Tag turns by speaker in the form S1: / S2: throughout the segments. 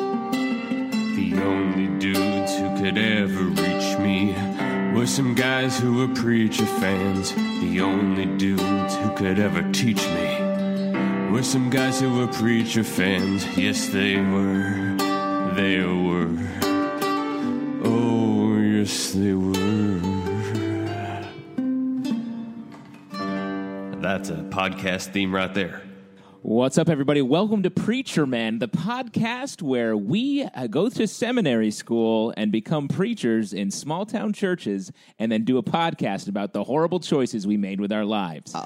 S1: The only dudes who could ever reach me were some guys who were preacher fans. The only dudes who could ever teach me were some guys who were preacher fans. Yes, they were. They were. Oh, yes, they were. That's a podcast theme right there.
S2: What's up, everybody? Welcome to Preacher Man, the podcast where we uh, go to seminary school and become preachers in small town churches and then do a podcast about the horrible choices we made with our lives.
S3: Uh,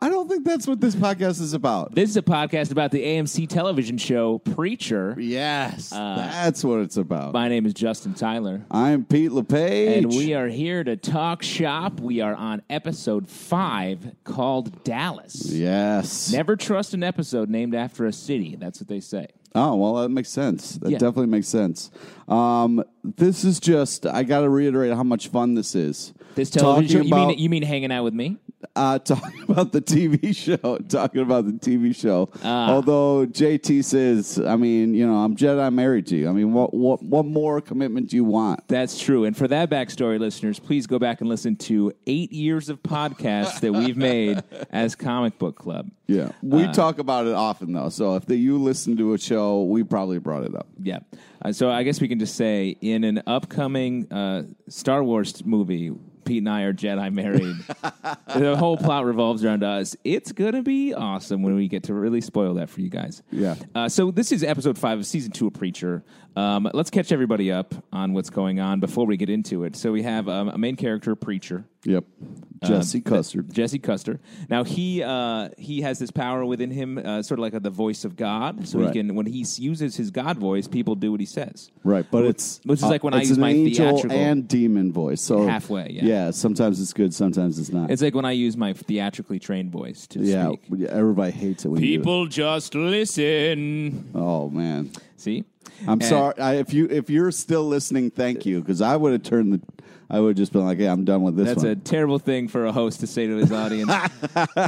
S3: I don't think that's what this podcast is about.
S2: this is a podcast about the AMC television show Preacher.
S3: Yes, that's what it's about.
S2: Uh, My name is Justin Tyler.
S3: I'm Pete LePage.
S2: And we are here to talk shop. We are on episode five called Dallas.
S3: Yes.
S2: Never trust an episode named after a city. That's what they say.
S3: Oh, well, that makes sense. That
S2: Yeah.
S3: definitely makes sense. Um, this is just, I got to reiterate how much fun this is.
S2: This television
S3: Talking
S2: you
S3: about,
S2: mean you mean hanging out with me?
S3: uh, talking about the TV show. Talking about the TV show.
S2: Ah.
S3: Although JT says, I mean, you know, I'm Jedi married to you. I mean, what, what, what more commitment do you want?
S2: That's true. And for that backstory, listeners, please go back and listen to eight years of podcasts that we've made as Comic Book Club.
S3: Yeah. We
S2: Uh,
S3: talk about it often, though. So if the, you listen to a show, we probably brought it up.
S2: Yeah. Uh, so I guess we can just say in an upcoming uh, Star Wars movie, Pete and I are Jedi married. the whole plot revolves around us. It's going to be awesome when we get to really spoil that for you guys.
S3: Yeah.
S2: Uh, so this is episode five of season two of Preacher. Um, let's catch everybody up on what's going on before we get into it. So we have um, a main character, Preacher.
S3: Yep.
S2: Uh,
S3: Jesse Custer.
S2: Jesse Custer. Now he uh, he has this power within him, uh, sort of like uh, the voice of God. So he
S3: Right.
S2: can, when he s- uses his God voice, people do what he says.
S3: Right, but it's
S2: which is like when I
S3: it's
S2: use
S3: an
S2: my
S3: angel
S2: theatrical-
S3: and demon voice. So
S2: Halfway, yeah.
S3: Sometimes it's good, sometimes it's not.
S2: It's like when I use my theatrically trained voice to
S3: yeah,
S2: speak.
S3: yeah, everybody hates it. When you do
S2: People just listen.
S3: it. Oh man,
S2: See,
S3: I'm
S2: And-
S3: sorry. I, if you if you're still listening, thank you because I would have turned the. I would have just been like, "Yeah, I'm done with this
S2: That's
S3: one."
S2: a terrible thing for a host to say to his audience.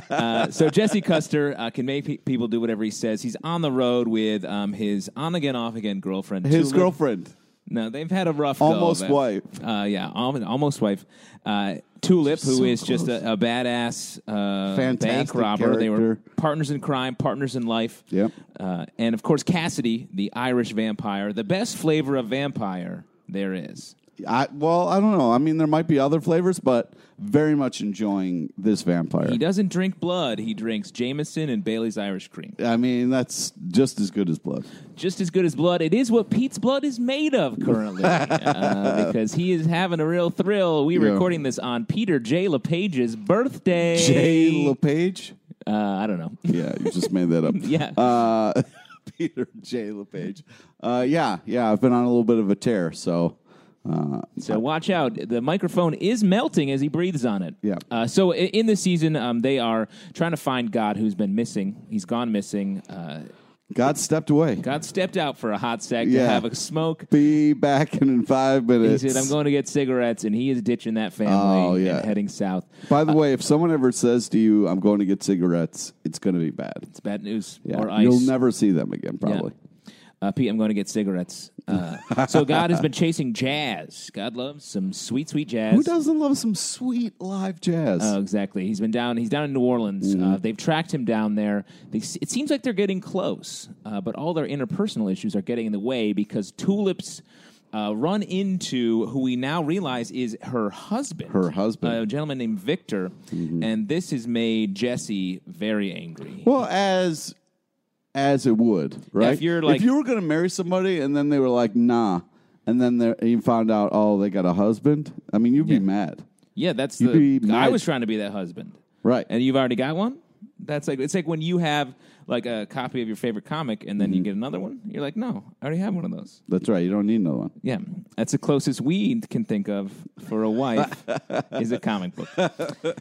S2: uh, so Jesse Custer uh, can make pe- people do whatever he says. He's on the road with um, his on again, off again girlfriend.
S3: His
S2: Tulu.
S3: girlfriend.
S2: No, they've had a rough
S3: Almost
S2: go of it.
S3: wife.
S2: Uh, yeah, al- almost wife. Uh, Tulip, who is
S3: So
S2: just
S3: close.
S2: a, a badass uh, bank
S3: Fantastic
S2: robber. They were
S3: character.
S2: partners in crime, partners in life.
S3: Yep.
S2: Uh, and of course, Cassidy, the Irish vampire, the best flavor of vampire there is.
S3: I, well, I don't know. I mean, there might be other flavors, but very much enjoying this vampire.
S2: He doesn't drink blood. He drinks Jameson and Bailey's Irish cream.
S3: I mean, that's just as good as blood.
S2: Just as good as blood. It is what Pete's blood is made of currently uh, because he is having a real thrill. We're
S3: Yeah.
S2: recording this on Peter J. LePage's birthday.
S3: Jay LePage.
S2: Uh, I don't know.
S3: Yeah, you just made that up.
S2: Yeah.
S3: Uh, Peter J. LePage. Uh, yeah, yeah, I've been on a little bit of a tear, so. Uh,
S2: So watch out. The microphone is melting as he breathes on it.
S3: Yeah.
S2: Uh, so i- in this season, um, they are trying to find God who's been missing. He's gone missing. Uh,
S3: God stepped away.
S2: God stepped out for a hot sec to
S3: Yeah.
S2: have a smoke.
S3: Be back in five
S2: He
S3: minutes.
S2: said, I'm going to get cigarettes, and he is ditching that family
S3: Oh, yeah.
S2: and heading south.
S3: By the way, if someone ever says to you, I'm going to get cigarettes, it's going to be bad.
S2: It's bad news.
S3: Yeah.
S2: Or ice.
S3: You'll never see them again,
S2: Yeah.
S3: probably.
S2: Uh, Pete, I'm going to get cigarettes. Uh, so God has been chasing jazz. God loves some sweet, sweet jazz.
S3: Who doesn't love some sweet live jazz?
S2: Oh, exactly. He's been down. He's down in New Orleans. Uh,
S3: Mm-hmm.
S2: they've tracked him down there. They, s- it seems like they're getting close, uh, but all their interpersonal issues are getting in the way because tulips. Uh, run into who we now realize is her husband.
S3: Her husband. Mm-hmm.
S2: A gentleman named Victor. And this has made Jesse very angry.
S3: well, as as it would, right?
S2: if you're like-
S3: you were going to marry somebody and then they were like, nah, and then they're- you found out, oh, they got a husband. I mean, you'd
S2: Yeah.
S3: be mad.
S2: Yeah, that's
S3: You'd
S2: the.
S3: be
S2: I
S3: mad.
S2: was trying to be that husband,
S3: Right.
S2: And you've already got one. That's like it's like when you have like a copy of your favorite comic, and then
S3: Mm-hmm.
S2: you get another one. You're like, no, I already have one of those.
S3: That's right. You don't need another one.
S2: Yeah, that's the closest we can think of for a wife is a comic book.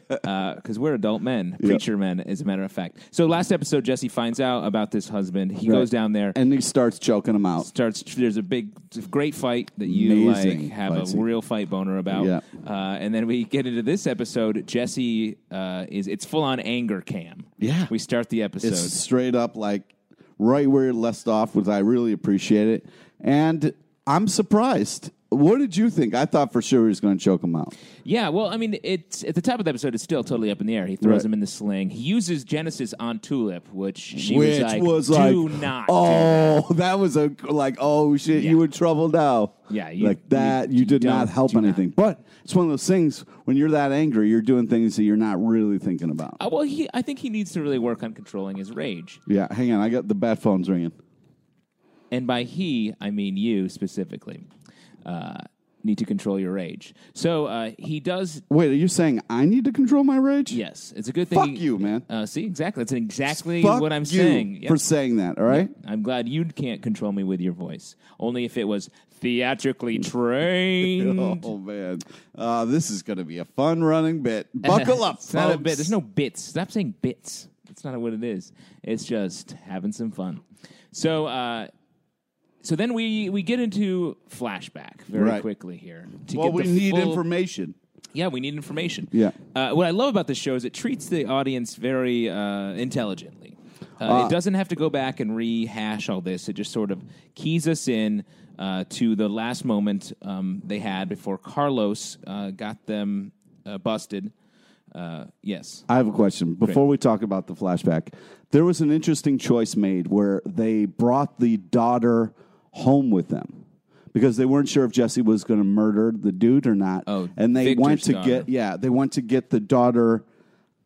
S2: Because we're adult men, preacher men, as a matter of fact. So last episode, Jesse finds out about this husband. He goes down there
S3: and he starts choking him out.
S2: starts. There's a big, great fight that you
S3: Amazing
S2: like have
S3: fight
S2: a
S3: scene.
S2: real fight boner about.
S3: Yeah.
S2: Uh, and then we get into this episode. Jesse uh, is it's full on anger cam.
S3: Yeah.
S2: we start the episode.
S3: It's straight up like right where it left off was I really appreciate it. And I'm surprised. What did you think? I thought for sure he was going to choke him out.
S2: yeah, well, I mean, it's at the top of the episode. It's still totally up in the air. He throws
S3: Right.
S2: him in the sling. He uses Genesis on Tulip, which she was
S3: Which
S2: like,
S3: was
S2: "Do
S3: like,
S2: not." do that."
S3: oh, that. was a like, oh shit, you
S2: Yeah.
S3: in trouble now.
S2: Yeah, you-
S3: like that.
S2: you-
S3: You,
S2: you
S3: did
S2: don't-
S3: not help
S2: do not.
S3: anything. But it's one of those things when you're that angry, you're doing things that you're not really thinking about.
S2: Uh, well, he. I think he needs to really work on controlling his rage.
S3: Yeah, hang on, I got the bat phone's ringing.
S2: and by he I mean you specifically. Uh, need to control your rage. So uh, he does.
S3: Wait, are you saying I need to control my rage?
S2: Yes, it's a good thing.
S3: Fuck
S2: he-
S3: you, man.
S2: Uh, see, exactly. That's exactly
S3: Fuck
S2: what I'm
S3: you
S2: saying. Yep.
S3: for saying that. All right.
S2: I'm glad you can't control me with your voice. Only if it was theatrically trained.
S3: Oh man, uh, this is going to be a fun running bit. Buckle up,
S2: it's not a
S3: folks.
S2: bit. There's no bits. Stop saying bits. That's not what it is. It's just having some fun. So, uh, so then we we get into flashback very
S3: Right.
S2: quickly here. To
S3: Well,
S2: get
S3: we
S2: the
S3: need
S2: full-
S3: information.
S2: Yeah, we need information.
S3: Yeah.
S2: Uh, what I love about this show is it treats the audience very uh, intelligently. Uh, it doesn't have to go back and rehash all this. It just sort of keys us in uh, to the last moment um, they had before Carlos uh, got them uh, busted. Uh, yes.
S3: I have a question before we talk about the flashback. There was an interesting choice made where they brought the daughter home with them because they weren't sure if Jesse was going to murder the dude or not.
S2: Oh,
S3: and they
S2: Victor's
S3: went to
S2: daughter.
S3: get yeah, they went to get the daughter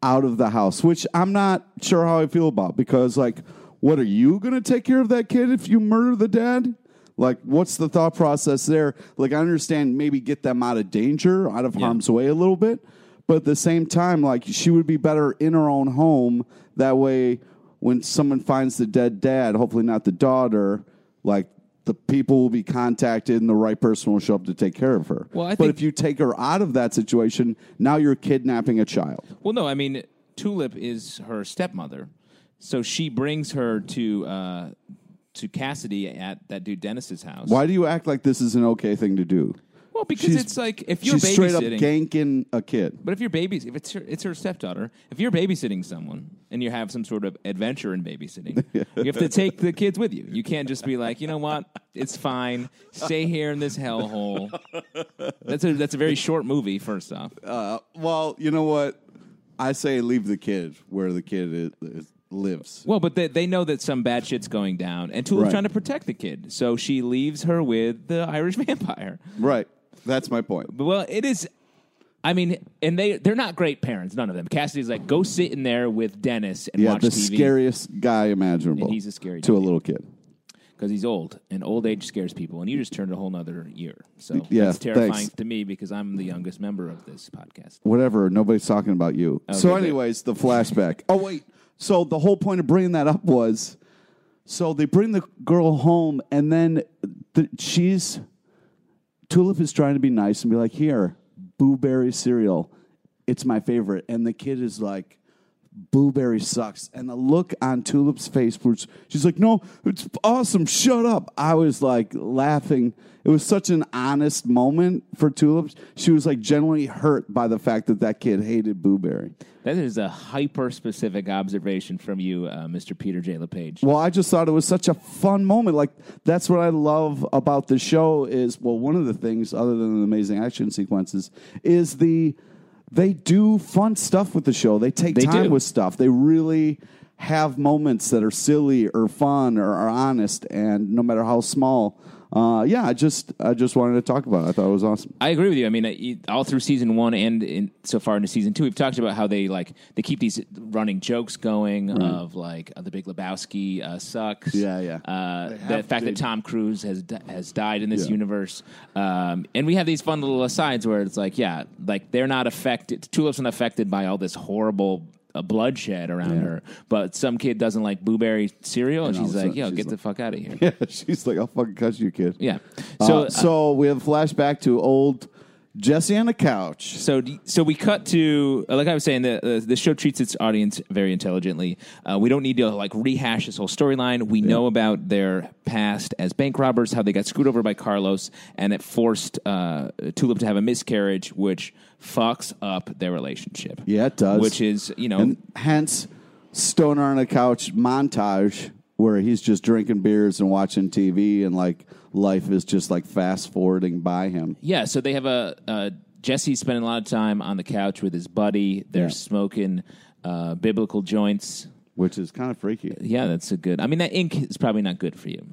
S3: out of the house, which I'm not sure how I feel about because like, what are you going to take care of that kid if you murder the dad? Like, what's the thought process there? Like, I understand maybe get them out of danger, out of harm's way a little bit, but at the same time, like, she would be better in her own home. That way, when someone finds the dead dad, hopefully not the daughter, like, the people will be contacted and the right person will show up to take care of her.
S2: Well, I
S3: but
S2: think-
S3: if you take her out of that situation, now you're kidnapping a child.
S2: Well, no, I mean, Tulip is her stepmother. So she brings her to uh, to Cassidy at that dude Dennis's house.
S3: Why do you act like this is an okay thing to do?
S2: Well, because
S3: She's-
S2: it's like if you're
S3: she's straight up
S2: babysitting-
S3: ganking a kid.
S2: But if you're babies, if it's her, it's her stepdaughter, if you're babysitting someone and you have some sort of adventure in babysitting, you have to take the kids with you. You can't just be like, you know what, it's fine, stay here in this hellhole. That's a that's a very short movie. First off,
S3: Uh, Well, you know what? I say leave the kid where the kid is, is, lives.
S2: well, but they, they know that some bad shit's going down, and Tula's
S3: Right.
S2: trying to protect the kid, so she leaves her with the Irish vampire.
S3: Right. That's my point.
S2: But, well, it is. I mean, and they they're not great parents, none of them. Cassidy's like, go sit in there with Dennis and
S3: Yeah,
S2: watch
S3: the
S2: TV.
S3: scariest guy imaginable.
S2: And he's a scary
S3: to a
S2: dude.
S3: little kid.
S2: because he's old and old age scares people and you just turned a whole nother year so
S3: Yeah,
S2: that's terrifying
S3: thanks.
S2: to me because i'm the youngest member of this podcast
S3: Whatever. Nobody's talking about you. so,
S2: good.
S3: anyways, the flashback. oh wait. So the whole point of bringing that up was, so they bring the girl home, and then the, she's Tulip is trying to be nice and be like, here, blueberry cereal. It's my favorite. And the kid is like, Blueberry sucks. And the look on Tulip's face, which she's like, no, it's awesome. Shut up. I was like laughing. It was such an honest moment for Tulips. She was like genuinely hurt by the fact that that kid hated Blueberry.
S2: That is a hyper specific observation from you, uh, Mr. Peter J. LePage.
S3: Well, I just thought it was such a fun moment. Like that's what I love about the show is well, one of the things other than the amazing action sequences is the they do fun stuff with the show. They take
S2: They
S3: time
S2: do.
S3: with stuff. They really have moments that are silly or fun or are honest, and no matter how small. Uh, yeah, I just I just wanted to talk about. it. I thought it was awesome.
S2: I agree with you. I mean, uh, you- all through season one and in, so far into season two, we've talked about how they like they keep these running jokes going of like uh, the Big Lebowski uh, sucks.
S3: Yeah, yeah.
S2: Uh,
S3: They
S2: the
S3: have-
S2: fact
S3: they-
S2: that Tom Cruise has di- has died in this
S3: Yeah.
S2: universe, um, and we have these fun little asides where it's like, yeah, like they're not affected. Tulip's not affected by all this horrible. uh bloodshed around her, but some kid doesn't like blueberry cereal, and,
S3: And all
S2: she's
S3: of a
S2: like,
S3: sudden
S2: "Yo,
S3: she's
S2: get the
S3: like-
S2: fuck out of here!"
S3: Yeah, she's like, I'll fucking cut you, kid.
S2: Yeah.
S3: So
S2: So, uh,
S3: so we have a flashback to old Jesse on a couch.
S2: So, d- so we cut to uh, like I was saying, the the, the show treats its audience very intelligently. Uh, we don't need to like rehash this whole storyline. We know about their past as bank robbers, how they got screwed over by Carlos, and it forced uh, Tulip to have a miscarriage, which fucks up their relationship.
S3: Yeah, it does.
S2: Which is you know
S3: and hence Stoner on a couch montage where he's just drinking beers and watching TV and like life is just like fast forwarding by him.
S2: Yeah, so they have a uh, Jesse's spending a lot of time on the couch with his buddy. They're
S3: Yeah.
S2: smoking uh, biblical joints.
S3: Which is kind of freaky.
S2: Yeah, that's a good. I mean, that ink is probably not good for you.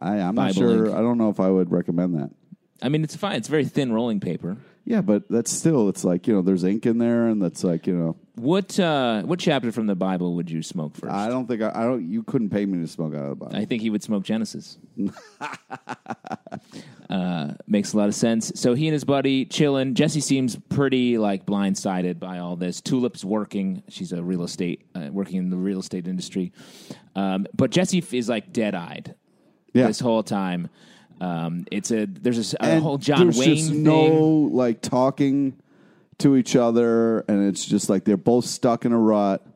S3: I, I'm
S2: Bible
S3: not sure.
S2: ink.
S3: I don't know if I would recommend that.
S2: I mean, it's fine. It's very thin rolling paper.
S3: Yeah, but that's still. It's like you know, there's ink in there, and that's like you know.
S2: What uh, what chapter from the Bible would you smoke first?
S3: I don't think I, I don't. You couldn't pay me to smoke out of the bottle.
S2: I think he would smoke Genesis. uh, makes a lot of sense. So he and his buddy chilling. Jesse seems pretty like blindsided by all this. Tulip's working. She's a real estate uh, working in the real estate industry, um, but Jesse f- is like dead eyed
S3: Yeah.
S2: this whole time. Um, it's a there's a s- a,
S3: And
S2: whole John
S3: there's
S2: Wayne
S3: just
S2: thing.
S3: no like talking to each other, and it's just like they're both stuck in a rut,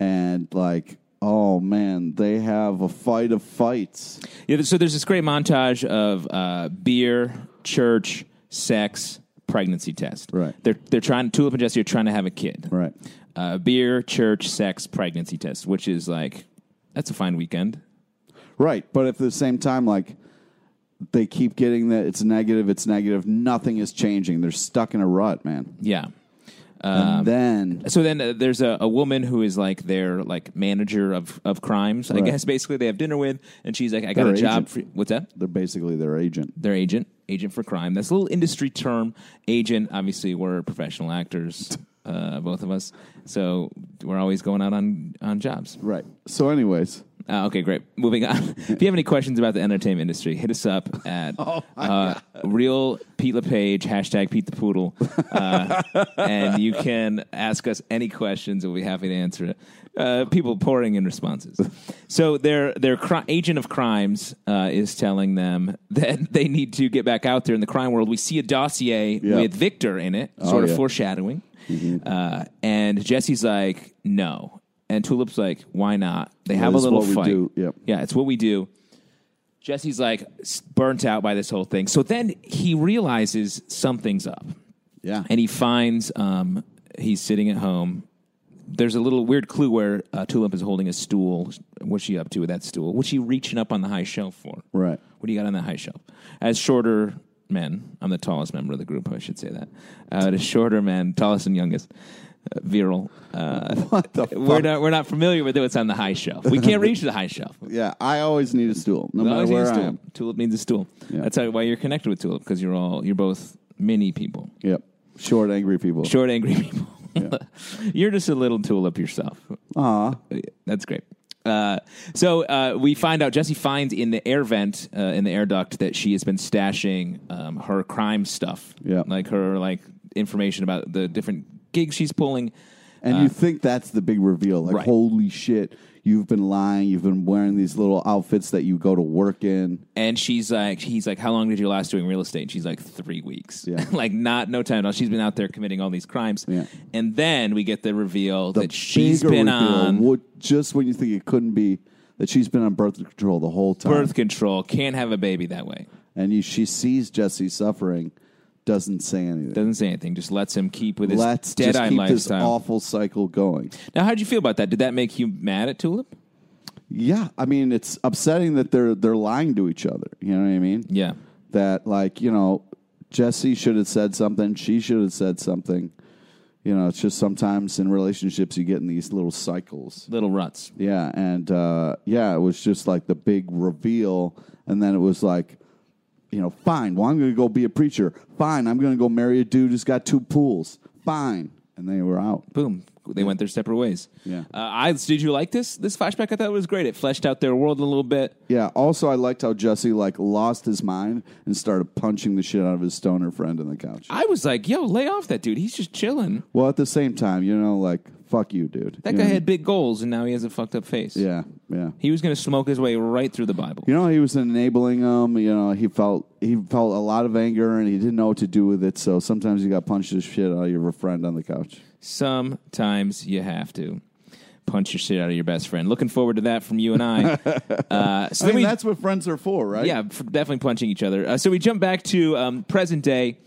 S3: and like oh man, they have a fight of fights.
S2: Yeah, so there's this great montage of uh, beer, church, sex, pregnancy test.
S3: Right.
S2: They're they're trying. Tulip and Jesse are trying to have a kid.
S3: Right.
S2: Uh, beer, church, sex, pregnancy test, which is like that's a fine weekend.
S3: Right, but at the same time, like they keep getting that it's negative, it's negative. Nothing is changing. They're stuck in a rut, man.
S2: Yeah. Um,
S3: and then
S2: So then uh, there's a, a woman who is like their like manager of of crimes. I
S3: Right.
S2: guess basically they have dinner with, and she's like, I got
S3: Their
S2: a job.
S3: agent.
S2: For, what's that?
S3: they're basically their agent.
S2: Their agent, agent for crime. That's a little industry term. Agent, obviously, we're professional actors, uh, both of us, so we're always going out on on jobs.
S3: Right. So, anyways,
S2: Uh, okay, great. Moving on. if you have any questions about the entertainment industry, hit us up at
S3: Oh
S2: uh, real Pete LePage hashtag Pete the Poodle, uh, and you can ask us any questions. We'll be happy to answer it. Uh, people pouring in responses. So their their cri- agent of crimes uh, is telling them that they need to get back out there in the crime world. We see a dossier
S3: Yeah. Oh,
S2: with Victor in it, sort of
S3: yeah. Mm-hmm.
S2: foreshadowing. Uh, and Jesse's like, no. And Tulip's like, why not? They have a
S3: this is
S2: little
S3: what we
S2: fight.
S3: do. Yep.
S2: Yeah, it's what we do. Jesse's like s- burnt out by this whole thing. So then he realizes something's up
S3: yeah,
S2: and he finds um, he's sitting at home. There's a little weird clue where uh, Tulip is holding a stool. What's she up to with that stool? What's she reaching up on the high shelf for?
S3: Right.
S2: What do you got on that high shelf? As shorter men, I'm the tallest member of the group. I should say that. Uh, the shorter men, tallest and youngest, uh, virile. Uh,
S3: what the
S2: we're
S3: fuck?
S2: not we're not familiar with what's on the high shelf. We can't reach the high shelf.
S3: yeah, I always need a stool, no matter
S2: Always need a
S3: where I
S2: stool.
S3: am.
S2: Tulip needs a stool.
S3: Yeah.
S2: That's how, why you're connected with Tulip because you're all you're both mini people.
S3: Yep. Short, angry people.
S2: Short, angry people. You're just a little tulip yourself.
S3: Aw.
S2: That's great. Uh, so uh, we find out Jesse finds in the air vent uh, in the air duct that she has been stashing um, her crime stuff,
S3: Yeah.
S2: like her like information about the different gigs she's pulling.
S3: And you think that's the big reveal. Like,
S2: uh, Right.
S3: holy shit, you've been lying, you've been wearing these little outfits that you go to work in.
S2: And she's like, he's like, how long did you last doing real estate? And she's like, three weeks.
S3: Yeah.
S2: like, not no time at all. She's been out there committing all these crimes.
S3: Yeah.
S2: And then we get the reveal
S3: The
S2: that she's
S3: bigger
S2: been
S3: reveal,
S2: on
S3: what, just when you think it couldn't be, that she's been on birth control the whole time,
S2: birth control, can't have a baby that way.
S3: and you, she sees Jesse suffering, doesn't say anything.
S2: Doesn't say anything. Just lets him keep with his
S3: Let's
S2: dead
S3: just
S2: eye
S3: keep this
S2: lifestyle.
S3: awful cycle going.
S2: now, how would you feel about that? Did that make you mad at Tulip?
S3: Yeah, I mean it's upsetting that they're they're lying to each other. You know what I mean?
S2: Yeah.
S3: That like you know, Jesse should have said something. She should have said something. You know, it's just sometimes in relationships you get in these little cycles.
S2: Little ruts.
S3: Yeah, and uh, yeah, it was just like the big reveal, and then it was like, you know, fine. Well, I'm going to go be a preacher. Fine, I'm going to go marry a dude who's got two pools. Fine, and they were out.
S2: boom, they went their separate ways.
S3: Yeah.
S2: Uh, I did you like this this flashback? I thought it was great. It fleshed out their world a little bit.
S3: Yeah. Also, I liked how Jesse like lost his mind and started punching the shit out of his stoner friend on the couch.
S2: I was like, yo, lay off that dude. He's just chilling.
S3: well, at the same time, you know, like fuck you, dude.
S2: That
S3: You
S2: guy
S3: know?
S2: had big goals, and now he has a fucked up face.
S3: Mm. Yeah. Yeah.
S2: He was going to smoke his way right through the Bible.
S3: You know, he was enabling him. You know, he felt he felt a lot of anger and he didn't know what to do with it. So sometimes you got punched the shit out of your friend on the couch.
S2: Sometimes you have to punch your shit out of your best friend. Looking forward to that from you and I. uh, so
S3: I
S2: then
S3: mean,
S2: we-
S3: that's what friends are for, right?
S2: Yeah, f- definitely punching each other. Uh, so we jump back to um, present day.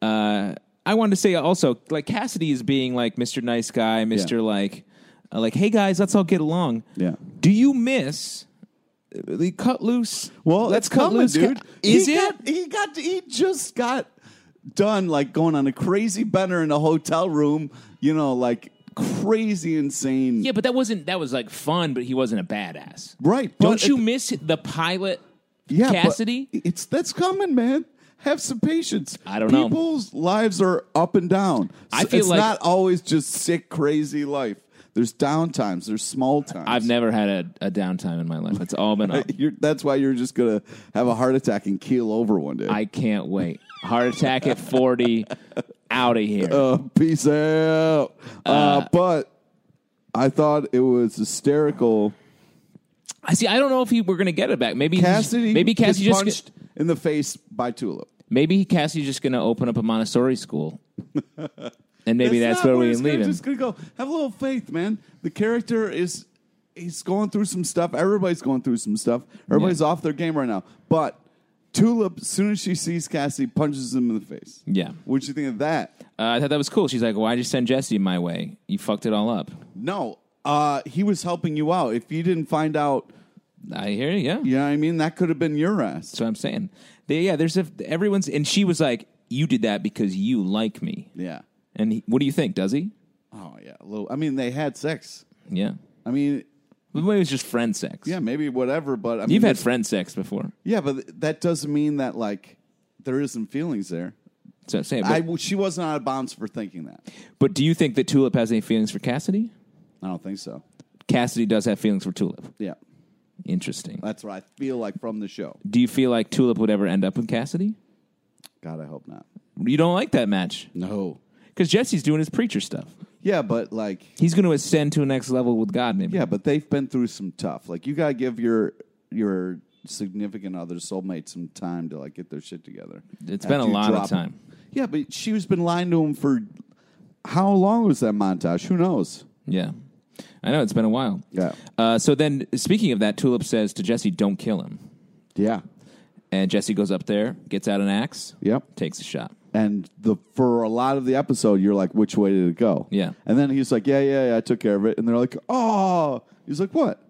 S2: Uh, I wanted to say also, like Cassidy is being like Mr. Nice Guy, Mr. Like, uh, like, hey guys, let's all get along.
S3: Yeah.
S2: Do you miss uh, the cut loose?
S3: Well,
S2: let's
S3: it's
S2: cut
S3: coming,
S2: loose, Ca-
S3: dude.
S2: Is
S3: he
S2: it?
S3: Got, he got. He just got done like going on a crazy bender in a hotel room. You know, like crazy, insane.
S2: yeah, but that wasn't that was like fun, but he wasn't a badass,
S3: Right,
S2: Don't
S3: but-
S2: you miss the pilot?
S3: Yeah, but
S2: Cassidy.
S3: It's that's coming, man. Have some patience.
S2: I don't know.
S3: People's lives are up and down.
S2: I feel
S3: it's
S2: like-
S3: not always just sick, crazy life. There's down times. There's small times.
S2: I've never had a, a downtime in my life. It's all been up.
S3: You're, that's why you're just gonna have a heart attack and keel over one day.
S2: I can't wait. Heart attack at forty. Out of here.
S3: Uh, peace out. Uh, but I thought it was hysterical.
S2: I see. I don't know if he, we're going to get it back. Maybe he's-
S3: Cassidy,
S2: Maybe Cassidy
S3: gets
S2: just.
S3: punched in the face by Tulip.
S2: Maybe Cassidy's just going to open up a Montessori school, and maybe that's,
S3: not
S2: where we
S3: he's
S2: leave
S3: gonna-
S2: him.
S3: Just gonna go. Have a little faith, man. The character is he's going through some stuff. Everybody's going through some stuff. Everybody's off their game right now. But Tulip, as soon as she sees Cassidy, punches him in the face.
S2: Yeah.
S3: What'd you think of that?
S2: Uh, I thought that was cool. She's like, "Why'd you send Jesse my way? You fucked it all up."
S3: No, uh, he was helping you out. If you didn't find out,
S2: I hear you. Yeah,
S3: you know what I mean. That could have been your ass.
S2: that's what I'm saying. They, yeah, there's a everyone's, and she was like, "You did that because you like me."
S3: Yeah.
S2: And he, what do you think? Does he?
S3: Oh yeah. A little. I mean, they had sex.
S2: Yeah,
S3: I mean,
S2: maybe it was just friend sex.
S3: yeah, maybe whatever. But I mean,
S2: you've had
S3: that's-
S2: friend sex before.
S3: yeah, but th- that doesn't mean that like there isn't feelings there.
S2: So I'm saying, but,
S3: I w she wasn't out of bounds for thinking that.
S2: but do you think that Tulip has any feelings for Cassidy?
S3: I don't think so.
S2: Cassidy does have feelings for Tulip.
S3: Yeah,
S2: Interesting.
S3: that's what I feel like from the show.
S2: Do you feel like Tulip would ever end up with Cassidy?
S3: God, I hope not.
S2: You don't like that match
S3: No.
S2: because Jesse's doing his preacher stuff.
S3: Yeah, but like,
S2: He's going to ascend to a next level with God, maybe.
S3: yeah, but they've been through some tough. Like, you gotta give your your significant other soulmate some time to like get their shit together.
S2: It's
S3: It's
S2: been a lot of time.
S3: Yeah, but she's been lying to him for how long was that montage? Who knows?
S2: yeah. I know it's been a while.
S3: Yeah.
S2: Uh, so then, speaking of that, Tulip says to Jesse, "Don't kill him."
S3: Yeah.
S2: And Jesse goes up there, gets out an axe,
S3: Yep.
S2: takes a shot.
S3: And the for a lot of the episode, you're like, which way did it go?
S2: Yeah.
S3: And then he's like, yeah, yeah, yeah, I took care of it. And they're like, oh, he's like, what?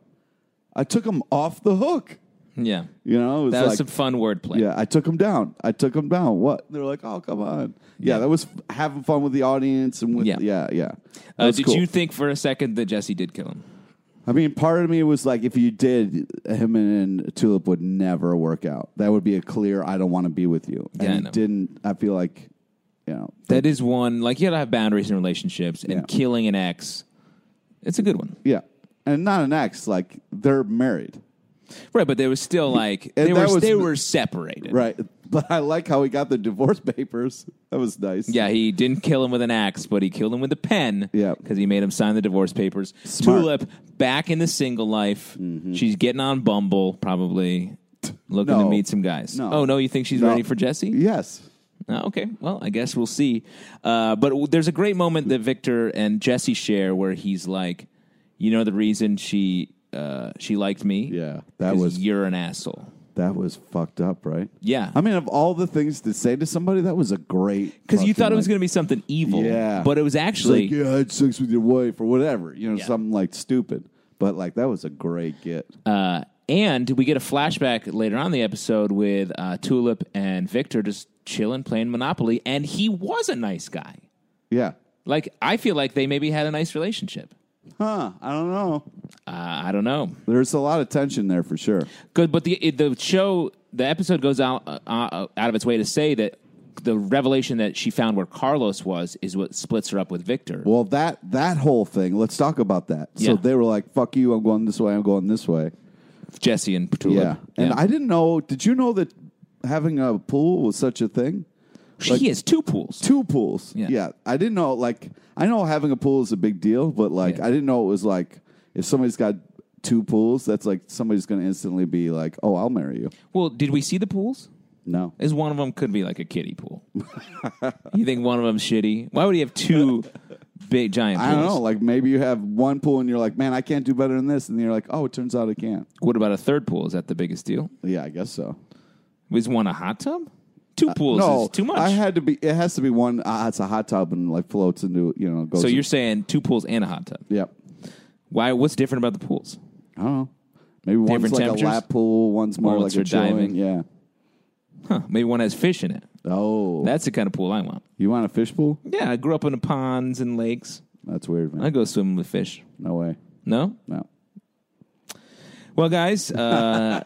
S3: I took him off the hook.
S2: Yeah,
S3: You know, it was
S2: that was
S3: like,
S2: some fun wordplay. Uh,
S3: yeah, I took him down. I took him down. What? And they're like, oh, come on. Yeah, that was f- having fun with the audience and with
S2: Yeah.
S3: yeah, yeah. That
S2: Uh,
S3: was
S2: did
S3: cool.
S2: you think for a second that Jesse did kill him?
S3: I mean, part of me was like, if you did, him and, and Tulip would never work out. That would be a clear, I don't want to be with you.
S2: Yeah, I
S3: and
S2: know.
S3: it didn't. I feel like, you know,
S2: That is one. Like you got to have boundaries in relationships, and
S3: Yeah.
S2: killing an ex, it's a good one.
S3: Yeah. And not an ex, like they're married.
S2: Right, but they were still like they
S3: that
S2: were
S3: was
S2: they
S3: the-
S2: were separated.
S3: Right. But I like how he got the divorce papers. That was nice.
S2: Yeah, he didn't kill him with an axe, but he killed him with a pen.
S3: Yeah.
S2: because he made him sign the divorce papers.
S3: Smart.
S2: Tulip back in the single life. She's getting on Bumble, probably looking to
S3: No.
S2: meet some guys.
S3: No.
S2: Oh no, you think she's
S3: No.
S2: ready for Jesse?
S3: Yes.
S2: Uh, okay, well, I guess we'll see. Uh, but w- there's a great moment that Victor and Jesse share where he's like, "You know the reason she uh, she liked me?
S3: Yeah, that
S2: 'Cause
S3: was-
S2: you're an asshole."
S3: That was fucked up, right?
S2: Yeah.
S3: I mean, of all the things to say to somebody, that was a great.
S2: Because you thought it was
S3: fucking,
S2: going to be something evil,
S3: like- Yeah.
S2: but it was actually
S3: It's like, yeah, I had sex with your wife or whatever. You know,
S2: Yeah.
S3: something like stupid. But like that was a great get.
S2: Uh, and we get a flashback later on in the episode with uh, Tulip and Victor just chilling, playing Monopoly, and he was a nice guy.
S3: yeah.
S2: Like I feel like they maybe had a nice relationship.
S3: Huh. I don't know.
S2: Uh, I don't know.
S3: There's a lot of tension there for sure.
S2: Good, but the it- the show, the episode goes out uh, uh, out of its way to say that the revelation that she found where Carlos was is what splits her up with Victor.
S3: Well, that that whole thing. Let's talk about that.
S2: Yeah.
S3: So they were like, "Fuck you! I'm going this way. I'm going this way."
S2: Jesse and Tulip.
S3: Yeah. And I didn't know. Did you know that having a pool was such a thing?
S2: she
S3: like-
S2: has two pools.
S3: Two pools.
S2: Yeah.
S3: I didn't know. Like, I know having a pool is a big deal, but like,
S2: Yeah.
S3: I didn't know it was like if somebody's got two pools, that's like somebody's going to instantly be like, "Oh, I'll marry you."
S2: Well, did we see the pools?
S3: No.
S2: is one of them could be like a kiddie pool. you think one of them's shitty? Why would he have two big giant pools?
S3: I don't know. Like maybe you have one pool and you're like, man, I can't do better than this, and you're like, oh, it turns out I can.
S2: What about a third pool? Is that the biggest deal?
S3: Yeah, I guess so.
S2: Is one a hot tub? Two pools is too much.
S3: Uh, I had to be. It has to be one. Uh, it's a hot tub and like floats into you know. Goes
S2: so you're saying two pools and a hot tub.
S3: Yep.
S2: Why? What's different about the pools?
S3: I don't know. Maybe one's
S2: Different
S3: like a
S2: temperatures?
S3: lap pool, one's more
S2: One's
S3: like a
S2: for
S3: chilling.
S2: diving.
S3: Yeah.
S2: Huh, maybe one has fish in it.
S3: Oh,
S2: That's the kind of pool I want.
S3: you want a fish pool?
S2: Yeah, I grew up in the ponds and lakes.
S3: That's weird, man.
S2: I go swimming with fish.
S3: no way.
S2: No?
S3: No.
S2: Well, guys, uh,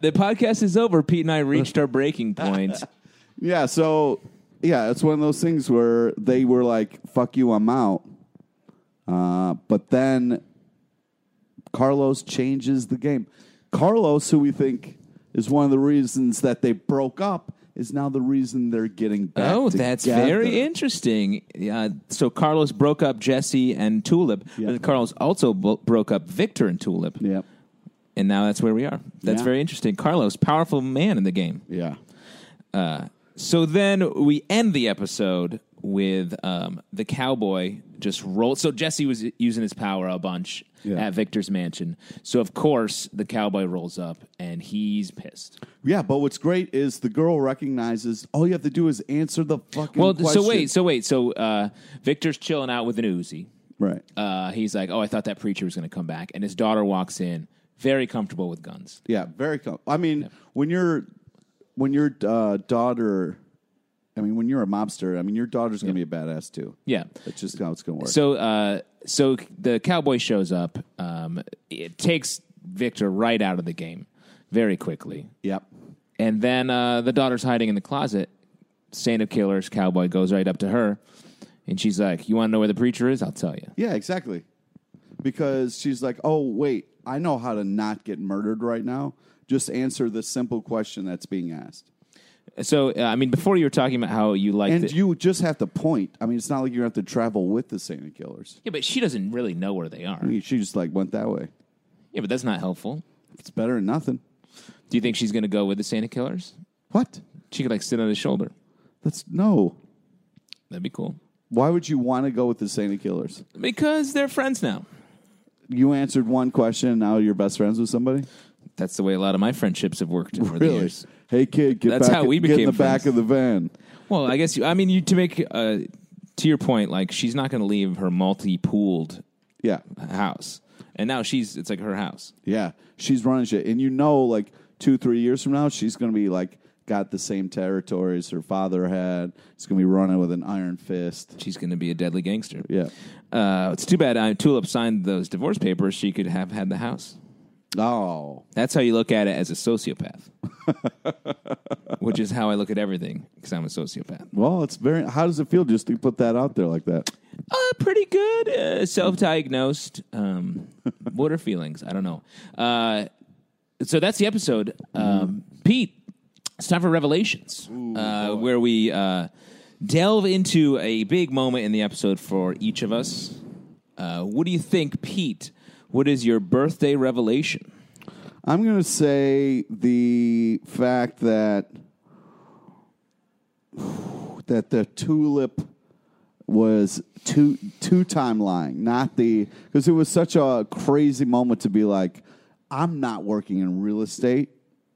S2: the podcast is over. Pete and I reached our breaking point.
S3: Yeah. So yeah, it's one of those things where they were like, "Fuck you, I'm out." Uh, but then Carlos changes the game. Carlos, who we think is one of the reasons that they broke up, is now the reason they're getting back.
S2: Oh, that's
S3: together.
S2: very interesting. Yeah, so Carlos broke up Jesse and Tulip,
S3: Yeah.
S2: and Carlos also bo- broke up Victor and Tulip,
S3: Yep.
S2: and now that's where we are. That's
S3: Yeah.
S2: very interesting. Carlos, powerful man in the game.
S3: Yeah.
S2: So then we end the episode with um, the cowboy just roll. So Jesse was using his power a bunch
S3: Yeah.
S2: at Victor's mansion. So of course the cowboy rolls up and he's pissed.
S3: Yeah, but what's great is the girl recognizes all you have to do is answer the fucking
S2: Well,
S3: question.
S2: so wait, so wait, so uh, Victor's chilling out with an Uzi.
S3: right.
S2: uh, he's like, "Oh, I thought that preacher was going to come back," and his daughter walks in, very comfortable with guns.
S3: Yeah, very com- I mean, when you're when your uh, daughter I mean, when you're a mobster, I mean, your daughter's going to be a badass too.
S2: Yeah.
S3: That's just how it's going to work.
S2: So, uh, so the cowboy shows up. Um, it takes Victor right out of the game very quickly,
S3: yep.
S2: and then uh, the daughter's hiding in the closet. Stand up killers cowboy goes right up to her, and she's like, "You want to know where the preacher is? I'll tell you."
S3: Yeah, exactly. Because she's like, "Oh, wait, I know how to not get murdered right now. Just answer the simple question that's being asked."
S2: So, uh, I mean, before you were talking about how you like,
S3: And
S2: the-
S3: you just have to point. I mean, it's not like you have to travel with the Santa killers.
S2: yeah, but she doesn't really know where they are.
S3: I mean, She just like went that way.
S2: Yeah, but that's not helpful.
S3: It's better than nothing.
S2: Do you think she's going to go with the Santa killers?
S3: What?
S2: She could like sit on his shoulder.
S3: That's no.
S2: That'd be cool.
S3: Why would you want to go with the Santa killers?
S2: Because they're friends now.
S3: You answered one question, and now you're best friends with somebody.
S2: That's the way a lot of my friendships have worked over the years.
S3: Hey kid, get
S2: That's
S3: back.
S2: how we
S3: get in
S2: became
S3: the back
S2: friends.
S3: of the van.
S2: Well, I guess you, I mean you to make uh, to your point, like she's not going to leave her multi-pooled
S3: Yeah,
S2: house, and now she's it's like her house.
S3: yeah. She's running shit, and you know, like two, three years from now, she's gonna be like got the same territories her father had. She's gonna be running with an iron fist.
S2: She's going to be a deadly gangster.
S3: Yeah.
S2: Uh, it's too bad uh, Tulip signed those divorce papers. She could have had the house.
S3: Oh,
S2: That's how you look at it as a sociopath, which is how I look at everything because I'm a sociopath.
S3: well, it's very. How does it feel just to put that out there like that?
S2: Uh, pretty good. Uh, self-diagnosed. Um, what are feelings? I don't know. Uh, so that's the episode. Um, Pete, it's time for Revelations, uh, where we uh, delve into a big moment in the episode for each of us. Uh, what do you think, Pete? What is your birthday revelation?
S3: I'm going to say the fact that that the tulip was two two time lying, not the because it was such a crazy moment to be like, I'm not working in real estate.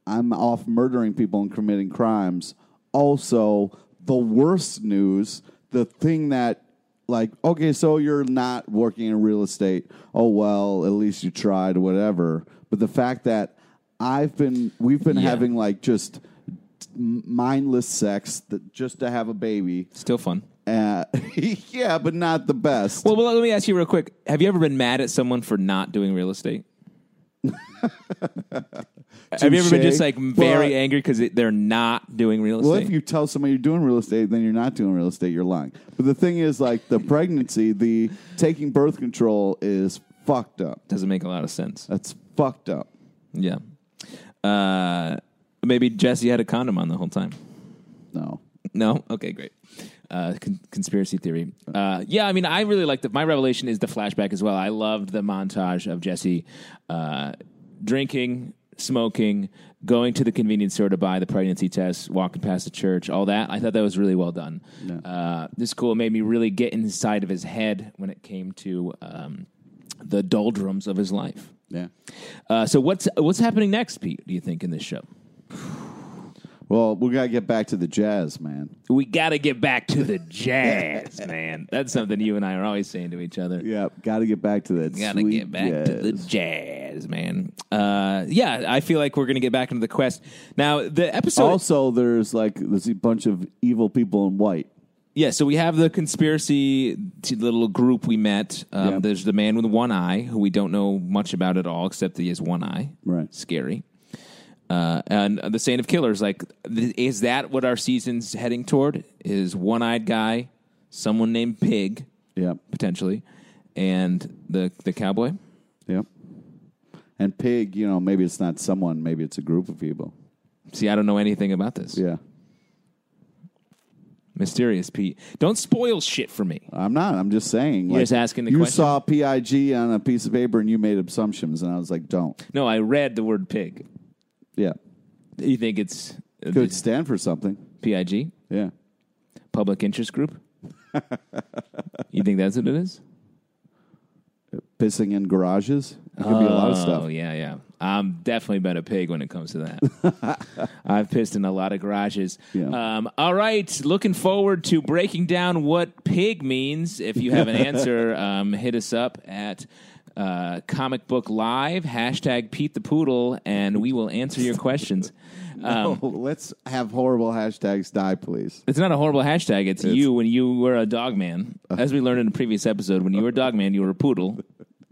S3: I'm off murdering people and committing crimes. Also, the worst news, the thing that like, okay, so you're not working in real estate. Oh well, at least you tried, whatever. But the fact that I've been we've been
S2: Yeah.
S3: having like just m- mindless sex that just to have a baby
S2: Still fun.
S3: uh, yeah, but not the best.
S2: Well, well, let me ask you real quick. Have you ever been mad at someone for not doing real estate? Have you ever been
S3: Touche.
S2: just like very
S3: But-
S2: angry because they're not doing real estate?
S3: well, if you tell somebody you're doing real estate, then you're not doing real estate. You're lying. But the thing is, like the pregnancy, the taking birth control is fucked up.
S2: Doesn't make a lot of sense.
S3: That's fucked up.
S2: Yeah. Uh, maybe Jesse had a condom on the whole time.
S3: No,
S2: No? Okay, great. Uh, con- conspiracy theory. Uh, yeah, I mean, I really liked it. My revelation is the flashback as well. I loved the montage of Jesse uh, drinking, smoking, going to the convenience store to buy the pregnancy test, walking past the church, all that. I thought that was really well done. Uh, this cool It made me really get inside of his head when it came to um, the doldrums of his life.
S3: yeah.
S2: Uh, so what's what's happening next, Pete? Do you think in this show?
S3: Well, we gotta get back to the jazz, man.
S2: We got to get back to the jazz, man. That's something you and I are always saying to each other.
S3: Yeah, gotta get back to that.
S2: Gotta
S3: sweet
S2: get back to the
S3: jazz.
S2: jazz, man. Uh, yeah, I feel like we're gonna get back into the quest now. The episode,
S3: Also, there's like there's a bunch of evil people in white.
S2: yeah. So we have the conspiracy t- little group we met. Um,
S3: Yeah.
S2: There's the man with one eye who we don't know much about at all, except that he has one eye.
S3: Right.
S2: scary. Uh, and the Saint of Killers, like, th- is that what our season's heading toward? Is one eyed guy, someone named Pig,
S3: Yep.
S2: potentially, and the the cowboy?
S3: Yep. And pig, you know, maybe it's not someone, maybe it's a group of people.
S2: See, I don't know anything about this.
S3: Yeah.
S2: Mysterious Pete. Don't spoil shit for me.
S3: I'm not. I'm just saying. like,
S2: just asking the
S3: you
S2: question?
S3: saw PIG on a piece of paper and you made assumptions, and I was like, don't.
S2: No, I read the word pig.
S3: Yeah.
S2: You think it's uh,
S3: Could stand for something.
S2: PIG,
S3: Yeah.
S2: public interest group? you think that's what it is?
S3: Pissing in garages. It could be a lot of
S2: Oh
S3: stuff.
S2: yeah, yeah. I'm definitely about a pig when it comes to that. I've pissed in a lot of garages.
S3: Yeah.
S2: Um, all right, looking forward to breaking down what pig means. If you have an answer, um, hit us up at uh, comic book live hashtag Pete the Poodle, and we will answer your questions. Um,
S3: Oh, let's have horrible hashtags die, please.
S2: It's not a horrible hashtag. It's, you when you were a dog man. As we learned in a previous episode, when you were a dog man, you were a poodle.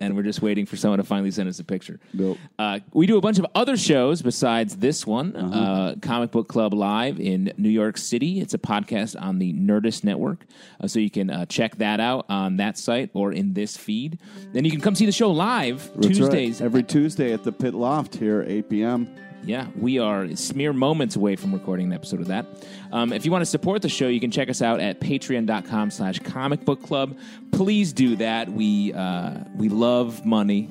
S2: And we're just waiting for someone to finally send us a picture.
S3: Nope.
S2: Uh, we do a bunch of other shows besides this one
S3: Uh-huh.
S2: uh, Comic Book Club Live in New York City. It's a podcast on the Nerdist Network. Uh, so you can uh, check that out on that site or in this feed. Then you can come see the show live
S3: That's right.
S2: Tuesdays
S3: Every Tuesday at the Pit Loft here, 8 p.m.
S2: yeah, we are smear moments away from recording an episode of that. Um, if you want to support the show, you can check us out at patreon.com slash comic book club. Please do that. We, uh, we love money.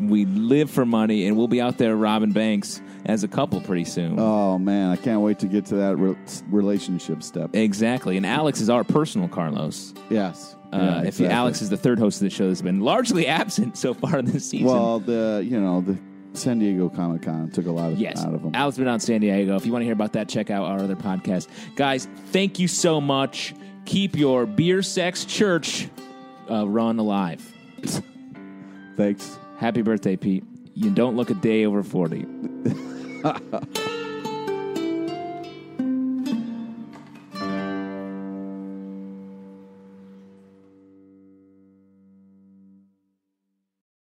S2: we live for money, and we'll be out there robbing banks as a couple pretty soon.
S3: Oh, man. I can't wait to get to that re- relationship step.
S2: Eh, exactly. And Alex is our personal Carlos.
S3: Yes.
S2: Uh,
S3: Yeah,
S2: if
S3: exactly.
S2: Alex is the third host of the show that's been largely absent so far in this season.
S3: Well, the, you know, the San Diego Comic Con took a lot of,
S2: Yes.
S3: out of him.
S2: Alex been out in San Diego. If you want to hear about that, check out our other podcast. Guys, thank you so much. Keep your beer sex church uh, run alive.
S3: Thanks.
S2: Happy birthday, Pete. You don't look a day over 40.